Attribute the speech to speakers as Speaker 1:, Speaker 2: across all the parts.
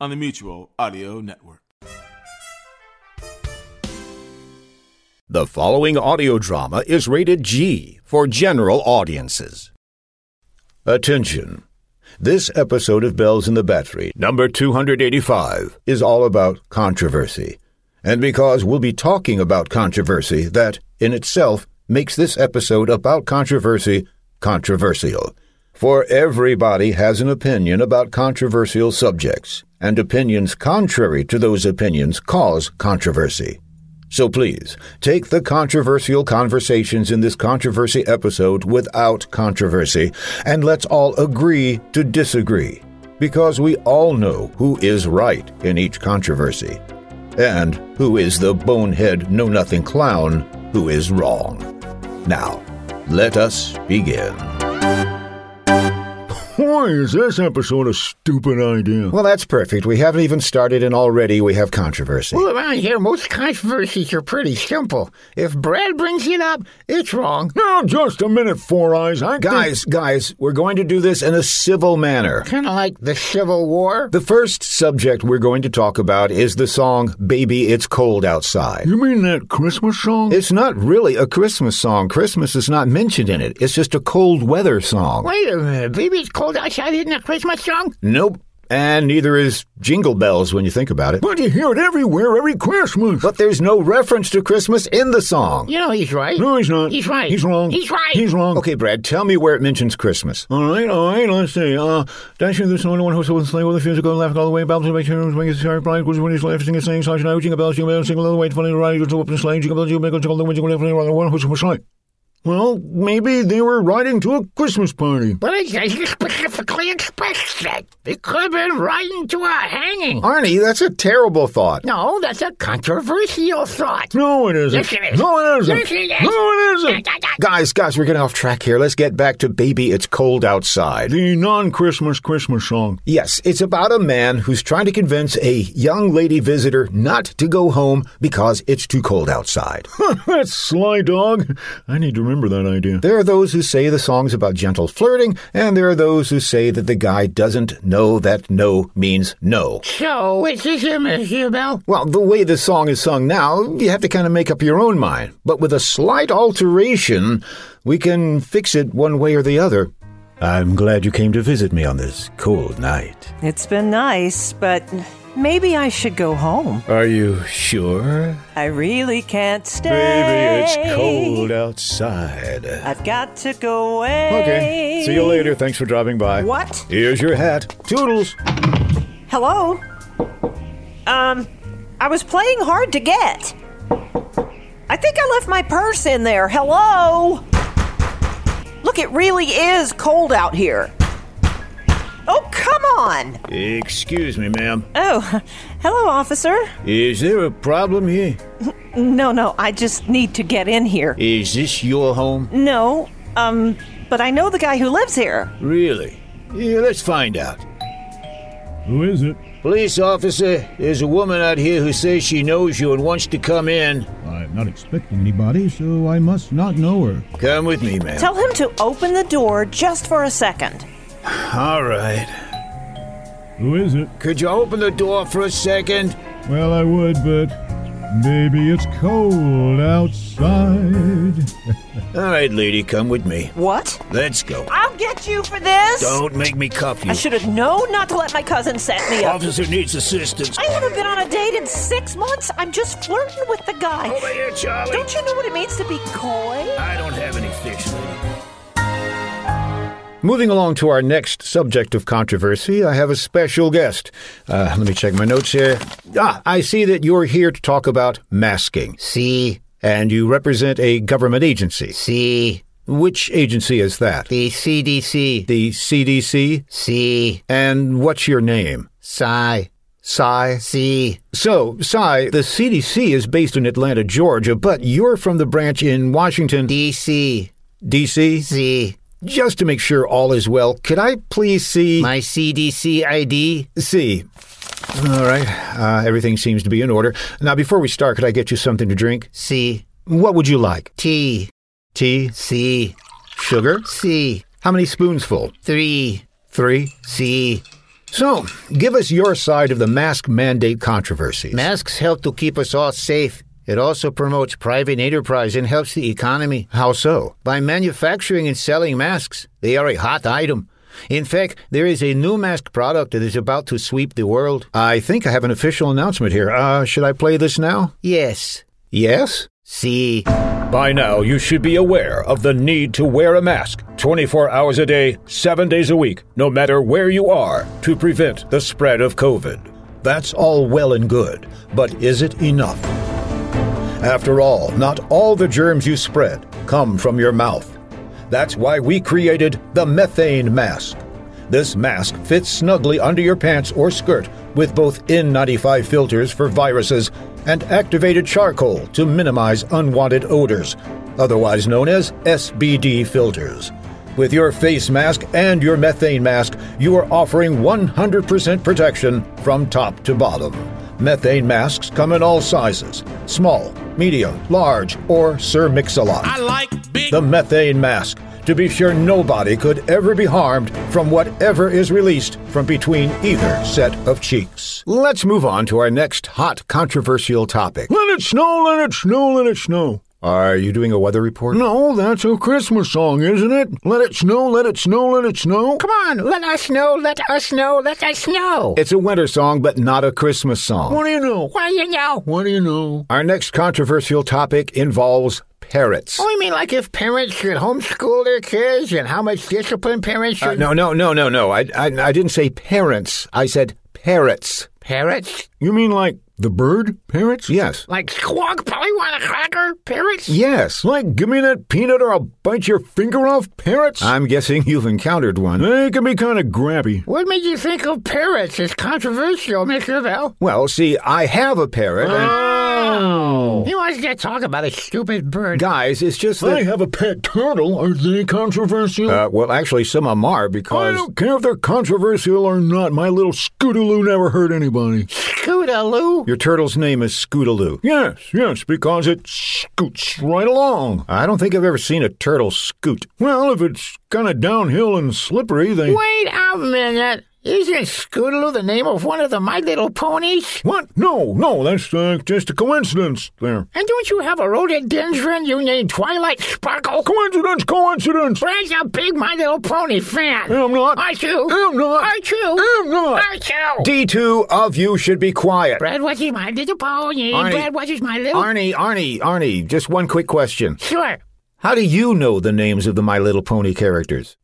Speaker 1: on the Mutual Audio Network.
Speaker 2: The following audio drama is rated G for general audiences. Attention. This episode of Bells in the Battery, number 285, is all about controversy. And because we'll be talking about controversy, that in itself makes this episode about controversy controversial. For everybody has an opinion about controversial subjects, and opinions contrary to those opinions cause controversy. So please, take the controversial conversations in this controversy episode without controversy, and let's all agree to disagree, because we all know who is right in each controversy, and who is the bonehead know nothing clown who is wrong. Now, let us begin.
Speaker 3: Why is this episode a stupid idea?
Speaker 2: Well, that's perfect. We haven't even started, and already we have controversy.
Speaker 4: Well, around here, most controversies are pretty simple. If Brad brings it up, it's wrong.
Speaker 3: Now, just a minute, Four Eyes. I think-
Speaker 2: Guys, guys, we're going to do this in a civil manner.
Speaker 4: Kind of like the Civil War.
Speaker 2: The first subject we're going to talk about is the song Baby It's Cold Outside.
Speaker 3: you mean that Christmas song?
Speaker 2: It's not really a Christmas song. Christmas is not mentioned in it. It's just a cold weather song.
Speaker 4: Wait a minute, baby, it's cold outside. Isn't that Christmas song?
Speaker 2: Nope. And neither is Jingle Bells when you think about it.
Speaker 3: but you hear it everywhere, every Christmas.
Speaker 2: But there's no reference to Christmas in the song.
Speaker 4: You know he's right.
Speaker 3: no, he's not.
Speaker 4: He's right.
Speaker 3: He's wrong.
Speaker 4: He's right.
Speaker 3: He's wrong.
Speaker 2: Okay, Brad, tell me where it mentions Christmas.
Speaker 3: All right, all right, let's see. Uh, dashing this one, one who's one slave with a physical laugh all the way, bouncing back to his wing, his sharp blind, goes when he's laughing, singing, saying, slash, now, jingle bells, jingle bells, single, little, wait, funny, right, you're up in slang, jingle bells, jingle bells, jingle bells, jingle bells, jingle bells, one who's one slave. Well, maybe they were riding to a Christmas party.
Speaker 4: But it doesn't specifically express that. It could have been right into a hanging.
Speaker 2: Arnie, that's a terrible thought.
Speaker 4: No, that's a controversial thought.
Speaker 3: No, it isn't.
Speaker 4: Yes, it is.
Speaker 3: No, it isn't.
Speaker 4: Yes, it is.
Speaker 3: No, it isn't.
Speaker 2: Guys, guys, we're getting off track here. Let's get back to Baby It's Cold Outside.
Speaker 3: The non-Christmas Christmas song.
Speaker 2: Yes, it's about a man who's trying to convince a young lady visitor not to go home because it's too cold outside.
Speaker 3: That's sly dog. I need to remember that idea.
Speaker 2: there are those who say the song's about gentle flirting, and there are those who say that the guy doesn't know that no means no.
Speaker 4: So, it's just him, Mr. Bell.
Speaker 2: Well, the way the song is sung now, you have to kind of make up your own mind. But with a slight alteration, we can fix it one way or the other. I'm glad you came to visit me on this cold night.
Speaker 5: It's been nice, but maybe I should go home.
Speaker 2: Are you sure?
Speaker 5: I really can't stay.
Speaker 2: Baby, it's cold outside.
Speaker 5: I've got to go away.
Speaker 2: Okay. See you later. Thanks for driving by.
Speaker 5: What?
Speaker 2: Here's your hat. Toodles.
Speaker 5: Hello? Um, I was playing hard to get. I think I left my purse in there. Hello? Look, it really is cold out here. Oh, come on.
Speaker 2: Excuse me, ma'am.
Speaker 5: Oh, hello, officer.
Speaker 2: Is there a problem here?
Speaker 5: No, no, I just need to get in here.
Speaker 2: Is this your home?
Speaker 5: No, um, but I know the guy who lives here.
Speaker 2: Really? Yeah, let's find out.
Speaker 3: Who is it?
Speaker 2: Police officer, there's a woman out here who says she knows you and wants to come in.
Speaker 3: I'm not expecting anybody, so I must not know her.
Speaker 2: Come with me, ma'am.
Speaker 5: Tell him to open the door just for a second.
Speaker 2: All right.
Speaker 3: Who is it?
Speaker 2: Could you open the door for a second?
Speaker 3: Well, I would, but baby, it's cold outside.
Speaker 2: All right, lady, come with me.
Speaker 5: What?
Speaker 2: Let's go.
Speaker 5: I'll get you for this!
Speaker 2: Don't make me cuff you.
Speaker 5: I should have known not to let my cousin set me up.
Speaker 2: Officer needs assistance.
Speaker 5: I haven't been on a date in six months. I'm just flirting with the guy.
Speaker 2: Over here, Charlie.
Speaker 5: Don't you know what it means to be coy?
Speaker 2: I don't have any fish, lady. Moving along to our next subject of controversy, I have a special guest. Uh, let me check my notes here. Ah, I see that you're here to talk about masking,
Speaker 4: See,
Speaker 2: and you represent a government agency.
Speaker 4: see,
Speaker 2: Which agency is that?
Speaker 4: the CDC,
Speaker 2: The CDC?
Speaker 4: see,
Speaker 2: And what's your name?
Speaker 4: sigh,
Speaker 2: Psi.
Speaker 4: See,
Speaker 2: So, Psi, the CDC is based in Atlanta, Georgia, but you're from the branch in Washington,
Speaker 4: DC,
Speaker 2: D.C.
Speaker 4: see,
Speaker 2: Just to make sure all is well, could I please see.
Speaker 4: my CDC ID.
Speaker 2: see. All right, uh, everything seems to be in order. Now, before we start, could I get you something to drink?
Speaker 4: C,
Speaker 2: What would you like?
Speaker 4: T,
Speaker 2: Tea?
Speaker 4: C,
Speaker 2: Sugar?
Speaker 4: C,
Speaker 2: How many spoonsful?
Speaker 4: three,
Speaker 2: Three?
Speaker 4: C.
Speaker 2: So, give us your side of the mask mandate controversy.
Speaker 4: Masks help to keep us all safe. It also promotes private enterprise and helps the economy.
Speaker 2: How so?
Speaker 4: By manufacturing and selling masks, they are a hot item. In fact, there is a new mask product that is about to sweep the world.
Speaker 2: I think I have an official announcement here. Uh, should I play this now?
Speaker 4: Yes.
Speaker 2: Yes?
Speaker 4: See.
Speaker 2: By now, you should be aware of the need to wear a mask 24 hours a day, 7 days a week, no matter where you are, to prevent the spread of COVID. That's all well and good, but is it enough? After all, not all the germs you spread come from your mouth. That's why we created the methane mask. This mask fits snugly under your pants or skirt with both N95 filters for viruses and activated charcoal to minimize unwanted odors, otherwise known as SBD filters. With your face mask and your methane mask, you are offering 100% protection from top to bottom. Methane masks come in all sizes small, medium, large, or Sir Mix-a-Lot
Speaker 6: I like big
Speaker 2: the methane mask to be sure nobody could ever be harmed from whatever is released from between either set of cheeks. Let's move on to our next hot controversial topic.
Speaker 3: Let it snow, let it snow, let it snow.
Speaker 2: Are you doing a weather report?
Speaker 3: No, that's a Christmas song, isn't it? Let it snow, let it snow, let it snow.
Speaker 4: Come on, let us know, let us know, let us know.
Speaker 2: It's a winter song, but not a Christmas song.
Speaker 3: What do you know?
Speaker 4: Well, you know.
Speaker 3: What do you know?
Speaker 2: Our next controversial topic involves parrots.
Speaker 4: Oh, you mean like if parents should homeschool their kids and how much discipline parents
Speaker 2: Uh,
Speaker 4: should?
Speaker 2: no, no, no, no, no. I, I, I didn't say parents. I said parrots.
Speaker 4: Parrots?
Speaker 3: You mean like the bird parrots?
Speaker 2: Yes.
Speaker 4: Like squawk, probably want a cracker? Parrots?
Speaker 2: Yes.
Speaker 3: Like, give me that peanut or I'll bite your finger off parrots?
Speaker 2: I'm guessing you've encountered one.
Speaker 3: they can be kind of grabby.
Speaker 4: What made you think of parrots as controversial, Mr. Bell?
Speaker 2: Well, see, I have a parrot, and
Speaker 4: He wants to talk about a stupid bird.
Speaker 2: guys, it's just
Speaker 3: I
Speaker 2: that.
Speaker 3: have a pet turtle. Are they controversial?
Speaker 2: Uh, well, actually, some of them are
Speaker 3: I
Speaker 2: because.
Speaker 3: don't care if they're controversial or not. My little Scootaloo never hurt anybody.
Speaker 4: Scootaloo?
Speaker 2: Your turtle's name is Scootaloo.
Speaker 3: Yes, yes, because it scoots right along.
Speaker 2: I don't think I've ever seen a turtle scoot.
Speaker 3: Well, if it's kind of downhill and slippery, they.
Speaker 4: Wait a minute. Isn't Scootaloo the name of one of the My Little Ponies?
Speaker 3: What? No, no, that's uh, just a coincidence there.
Speaker 4: And don't you have a rhododendron you named Twilight Sparkle?
Speaker 3: Coincidence, coincidence!
Speaker 4: Brad's a big My Little Pony fan.
Speaker 3: I'm not.
Speaker 4: Aren't you?
Speaker 3: I'm not.
Speaker 4: Aren't you?
Speaker 3: I'm not.
Speaker 4: Aren't you?
Speaker 2: D2 of you should be quiet.
Speaker 4: Oh. Brad watches My Little Pony.
Speaker 2: Arnie.
Speaker 4: Brad watches My Little...
Speaker 2: Arnie, Arnie, Arnie, just one quick question.
Speaker 4: Sure.
Speaker 2: How do you know the names of the My Little Pony characters?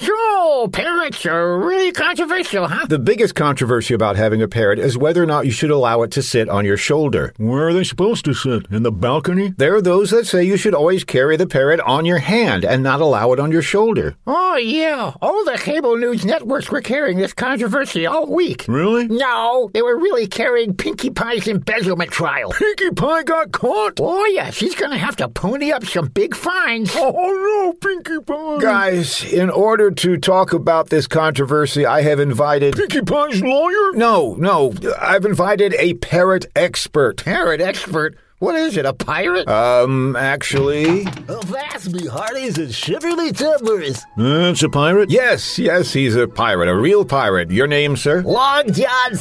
Speaker 4: So, parrots are really controversial, huh?
Speaker 2: The biggest controversy about having a parrot is whether or not you should allow it to sit on your shoulder.
Speaker 3: Where are they supposed to sit? In the balcony?
Speaker 2: There are those that say you should always carry the parrot on your hand and not allow it on your shoulder.
Speaker 4: Oh, yeah. All the cable news networks were carrying this controversy all week.
Speaker 3: Really?
Speaker 4: No, they were really carrying Pinkie Pie's embezzlement trial.
Speaker 3: Pinkie Pie got caught!
Speaker 4: Oh, yeah, she's going to have to pony up some big fines.
Speaker 3: Oh no, Pinkie Pie!
Speaker 2: Guys, in order to talk about this controversy, I have invited.
Speaker 3: Pinkie Pie's lawyer?
Speaker 2: No, no, I've invited a parrot expert.
Speaker 4: Parrot expert. What is it, a pirate?
Speaker 2: Um, actually.
Speaker 4: Vast me hearties and shiverly timbers.
Speaker 3: That's a pirate?
Speaker 2: Yes, yes, he's a pirate, a real pirate. Your name, sir?
Speaker 4: Long John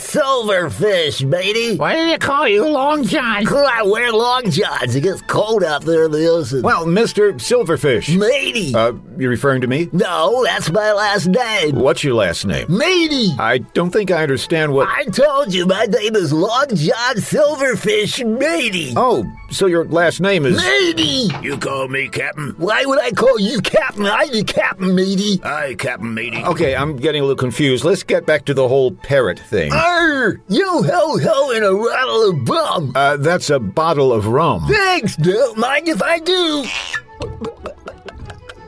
Speaker 4: Silverfish, matey. Why do they call you Long John? Could I wear Long Johns? It gets cold out there in the ocean.
Speaker 2: Well, Mr. Silverfish.
Speaker 4: Matey.
Speaker 2: Uh, you're referring to me?
Speaker 4: no, that's my last name.
Speaker 2: What's your last name?
Speaker 4: Matey.
Speaker 2: I don't think I understand what.
Speaker 4: I told you my name is Long John Silverfish Matey.
Speaker 2: Oh, so your last name is.
Speaker 4: Matey!
Speaker 6: You call me Captain?
Speaker 4: Why would I call you Captain? I'm the Captain, matey.
Speaker 6: Aye, Captain Meaty.
Speaker 2: Okay, I'm getting a little confused. Let's get back to the whole parrot thing.
Speaker 4: Uh. Arr! Yo ho ho and a rattle of bum.
Speaker 2: Uh, that's a bottle of rum.
Speaker 4: Thanks, don't mind if I do.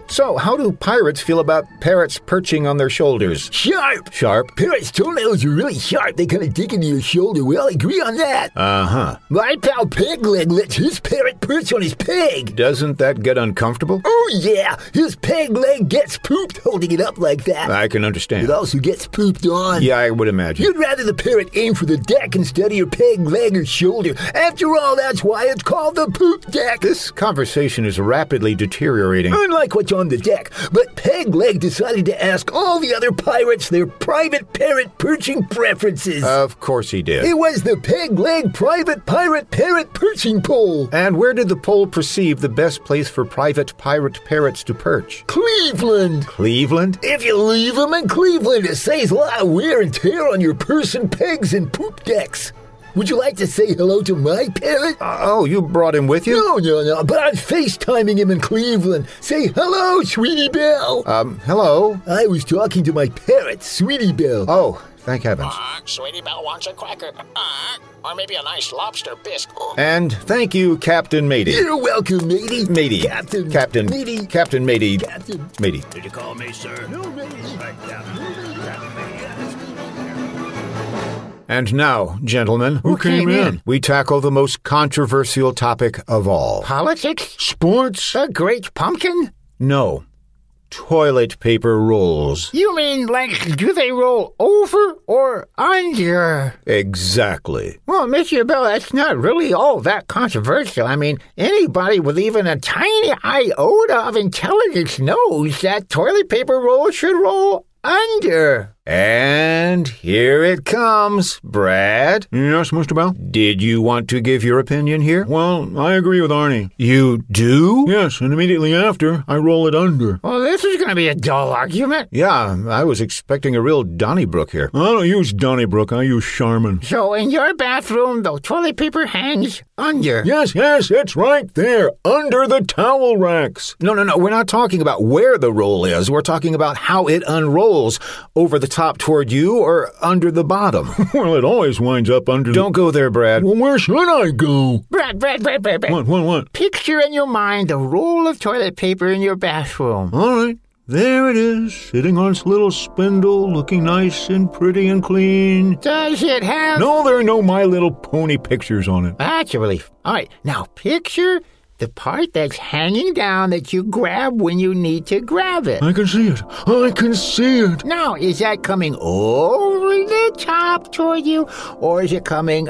Speaker 2: So, how do pirates feel about parrots perching on their shoulders?
Speaker 4: Sharp!
Speaker 2: Sharp.
Speaker 4: Parrot's toenails are really sharp. They kind of dig into your shoulder. We all agree on that.
Speaker 2: Uh huh.
Speaker 4: My pal Pegleg lets his parrot perch on his peg.
Speaker 2: Doesn't that get uncomfortable?
Speaker 4: Oh, yeah. His peg leg gets pooped holding it up like that.
Speaker 2: I can understand.
Speaker 4: It also gets pooped on.
Speaker 2: Yeah, I would imagine.
Speaker 4: You'd rather the parrot aim for the deck instead of your peg leg or shoulder. After all, that's why it's called the poop deck.
Speaker 2: This conversation is rapidly deteriorating.
Speaker 4: Unlike what's on the deck, but Peg Leg decided to ask all the other pirates their private parrot perching preferences.
Speaker 2: Of course he did.
Speaker 4: it was the Peg Leg Private Pirate Parrot Perching Poll.
Speaker 2: And where did the poll perceive the best place for private pirate parrots to perch?
Speaker 4: Cleveland.
Speaker 2: Cleveland?
Speaker 4: If you leave them in Cleveland, it saves a lot of wear and tear on your purse and pegs and poop decks. Would you like to say hello to my parrot?
Speaker 2: Oh, you brought him with you?
Speaker 4: No, no, no, but I'm FaceTiming him in Cleveland. Say hello, Sweetie Belle.
Speaker 2: Um, hello?
Speaker 4: I was talking to my parrot, Sweetie Belle.
Speaker 2: Oh, thank heavens.
Speaker 7: Uh, Sweetie Belle wants a cracker. Uh, or maybe a nice lobster bisque. Ooh.
Speaker 2: And thank you, Captain Matey.
Speaker 4: You're welcome, matey.
Speaker 2: Matey.
Speaker 4: Captain.
Speaker 2: Captain.
Speaker 4: Matey.
Speaker 2: Captain Matey.
Speaker 4: Captain.
Speaker 2: Matey.
Speaker 6: Did you call me, sir?
Speaker 4: No, matey.
Speaker 6: Right, Captain.
Speaker 2: And now, gentlemen, who
Speaker 6: came came in? in?
Speaker 2: We tackle the most controversial topic of all.
Speaker 4: Politics?
Speaker 2: Sports?
Speaker 4: A great pumpkin?
Speaker 2: No. Toilet paper rolls.
Speaker 4: You mean, like, do they roll over or under?
Speaker 2: Exactly.
Speaker 4: Well, Mr. Bell, that's not really all that controversial. I mean, anybody with even a tiny iota of intelligence knows that toilet paper roll should roll under.
Speaker 2: And here it comes, Brad.
Speaker 3: Yes, Mr. Bell?
Speaker 2: Did you want to give your opinion here?
Speaker 3: Well, I agree with Arnie.
Speaker 2: You do?
Speaker 3: Yes, and immediately after, I roll it under.
Speaker 4: Well, this is going to be a dull argument.
Speaker 2: Yeah, I was expecting a real Donnybrook here.
Speaker 3: I don't use Donnybrook, I use Charmin.
Speaker 4: So, in your bathroom, the toilet paper hangs under.
Speaker 3: Yes, yes, it's right there, under the towel racks.
Speaker 2: No, no, no. We're not talking about where the roll is. We're talking about how it unrolls over the top toward you or under the bottom.
Speaker 3: Well, it always winds up under
Speaker 2: Don't go there, Brad.
Speaker 3: the... Well, where should I go?
Speaker 4: Brad, Brad, Brad, Brad, Brad.
Speaker 3: What, what, what?
Speaker 4: Picture in your mind the roll of toilet paper in your bathroom.
Speaker 3: All right. There it is, sitting on its little spindle, looking nice and pretty and clean.
Speaker 4: Does it have.
Speaker 3: No, there are no My Little Pony pictures on it.
Speaker 4: That's a relief. All right, now picture the part that's hanging down that you grab when you need to grab it.
Speaker 3: I can see it. I can see it.
Speaker 4: Now, is that coming over the top toward you, or is it coming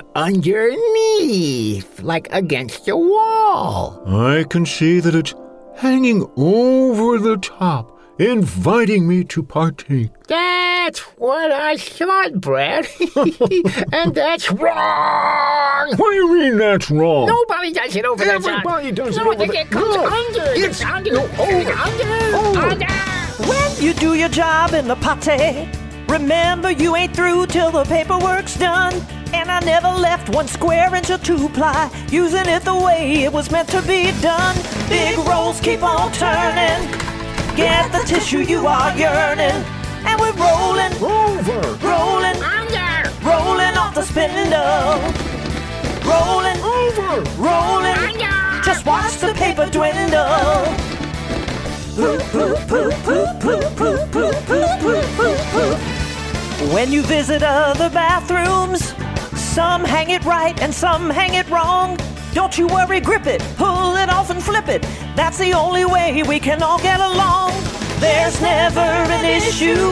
Speaker 4: underneath, like against the wall?
Speaker 3: I can see that it's hanging over the top, inviting me to partake.
Speaker 4: That's what I thought, Brad. and that's wrong.
Speaker 3: What do you mean that's wrong?
Speaker 4: Nobody does it over the top.
Speaker 3: Everybody does it
Speaker 4: no,
Speaker 3: over
Speaker 4: it-
Speaker 3: the-
Speaker 4: it comes
Speaker 3: No, oh,
Speaker 4: under. It's, under.
Speaker 3: over.
Speaker 4: Under.
Speaker 3: oh.
Speaker 4: Under.
Speaker 5: When you do your job in the potty, remember you ain't through till the paperwork's done. And I never left one square inch or two ply, using it the way it was meant to be done. Big rolls keep on turning. Get the tissue you are yearning. And we're rolling,
Speaker 3: Over.
Speaker 5: rolling,
Speaker 4: Under.
Speaker 5: rolling off the spindle. Rolling,
Speaker 3: Over.
Speaker 5: rolling. Just watch the paper dwindle. Poop, poop, poop, poop, poop, poop, poop, poop, poop, poop, poop. When you visit other bathrooms, some hang it right and some hang it wrong. Don't you worry, grip it, pull it off and flip it. That's the only way we can all get along. There's never an issue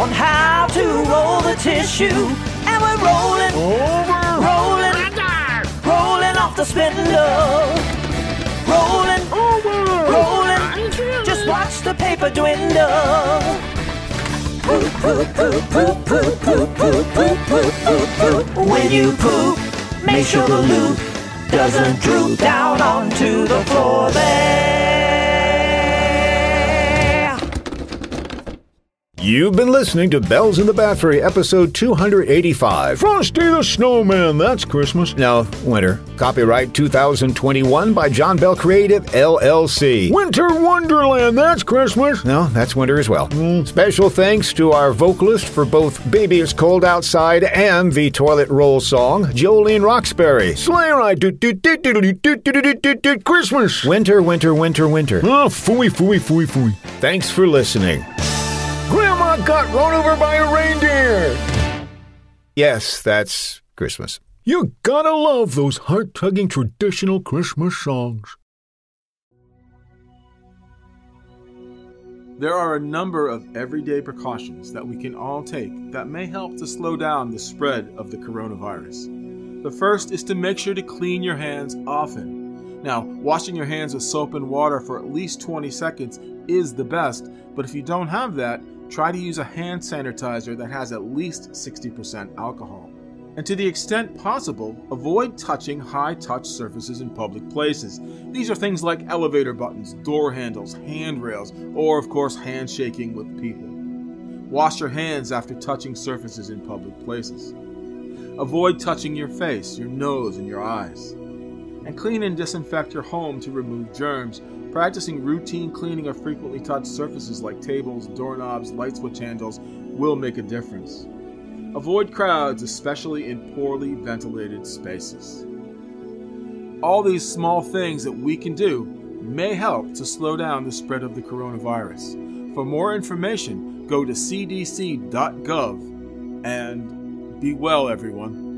Speaker 5: on how to roll the tissue. And we're rolling, rolling, rolling off the spindle. Rolling, rolling, just watch the paper dwindle. Poop, poop, poop, poop, poop, poop, poop, poop, poop, poop, poop. When you poop, make sure the loo doesn't droop down onto the floor there.
Speaker 2: You've been listening to Bells in the Battery, episode 285. Frosty the Snowman, that's Christmas. No, winter. Copyright 2021 by John Bell Creative, LLC. Winter Wonderland, that's Christmas. No, that's winter as well. Special thanks to our vocalist for both Baby It's Cold Outside and the Toilet Roll song, Jolene Roxbury. Sleigh ride, do do do do do do do do do do Christmas. Winter, winter, winter, winter.
Speaker 3: Ah, fooey, fooey, fooey, fooey.
Speaker 2: Thanks for listening. Grandma got run over by a reindeer. Yes, that's Christmas.
Speaker 3: You gotta love those heart tugging traditional Christmas songs.
Speaker 1: There are a number of everyday precautions that we can all take that may help to slow down the spread of the coronavirus. The first is to make sure to clean your hands often. Now, washing your hands with soap and water for at least 20 seconds is the best, but if you don't have that, try to use a hand sanitizer that has at least 60% alcohol. And to the extent possible, avoid touching high touch surfaces in public places. These are things like elevator buttons, door handles, handrails, or of course, handshaking with people. Wash your hands after touching surfaces in public places. Avoid touching your face, your nose, and your eyes. And clean and disinfect your home to remove germs, Practicing routine cleaning of frequently touched surfaces like tables, doorknobs, light switch handles will make a difference. Avoid crowds, especially in poorly ventilated spaces. All these small things that we can do may help to slow down the spread of the coronavirus. For more information, go to cdc.gov and be well, everyone.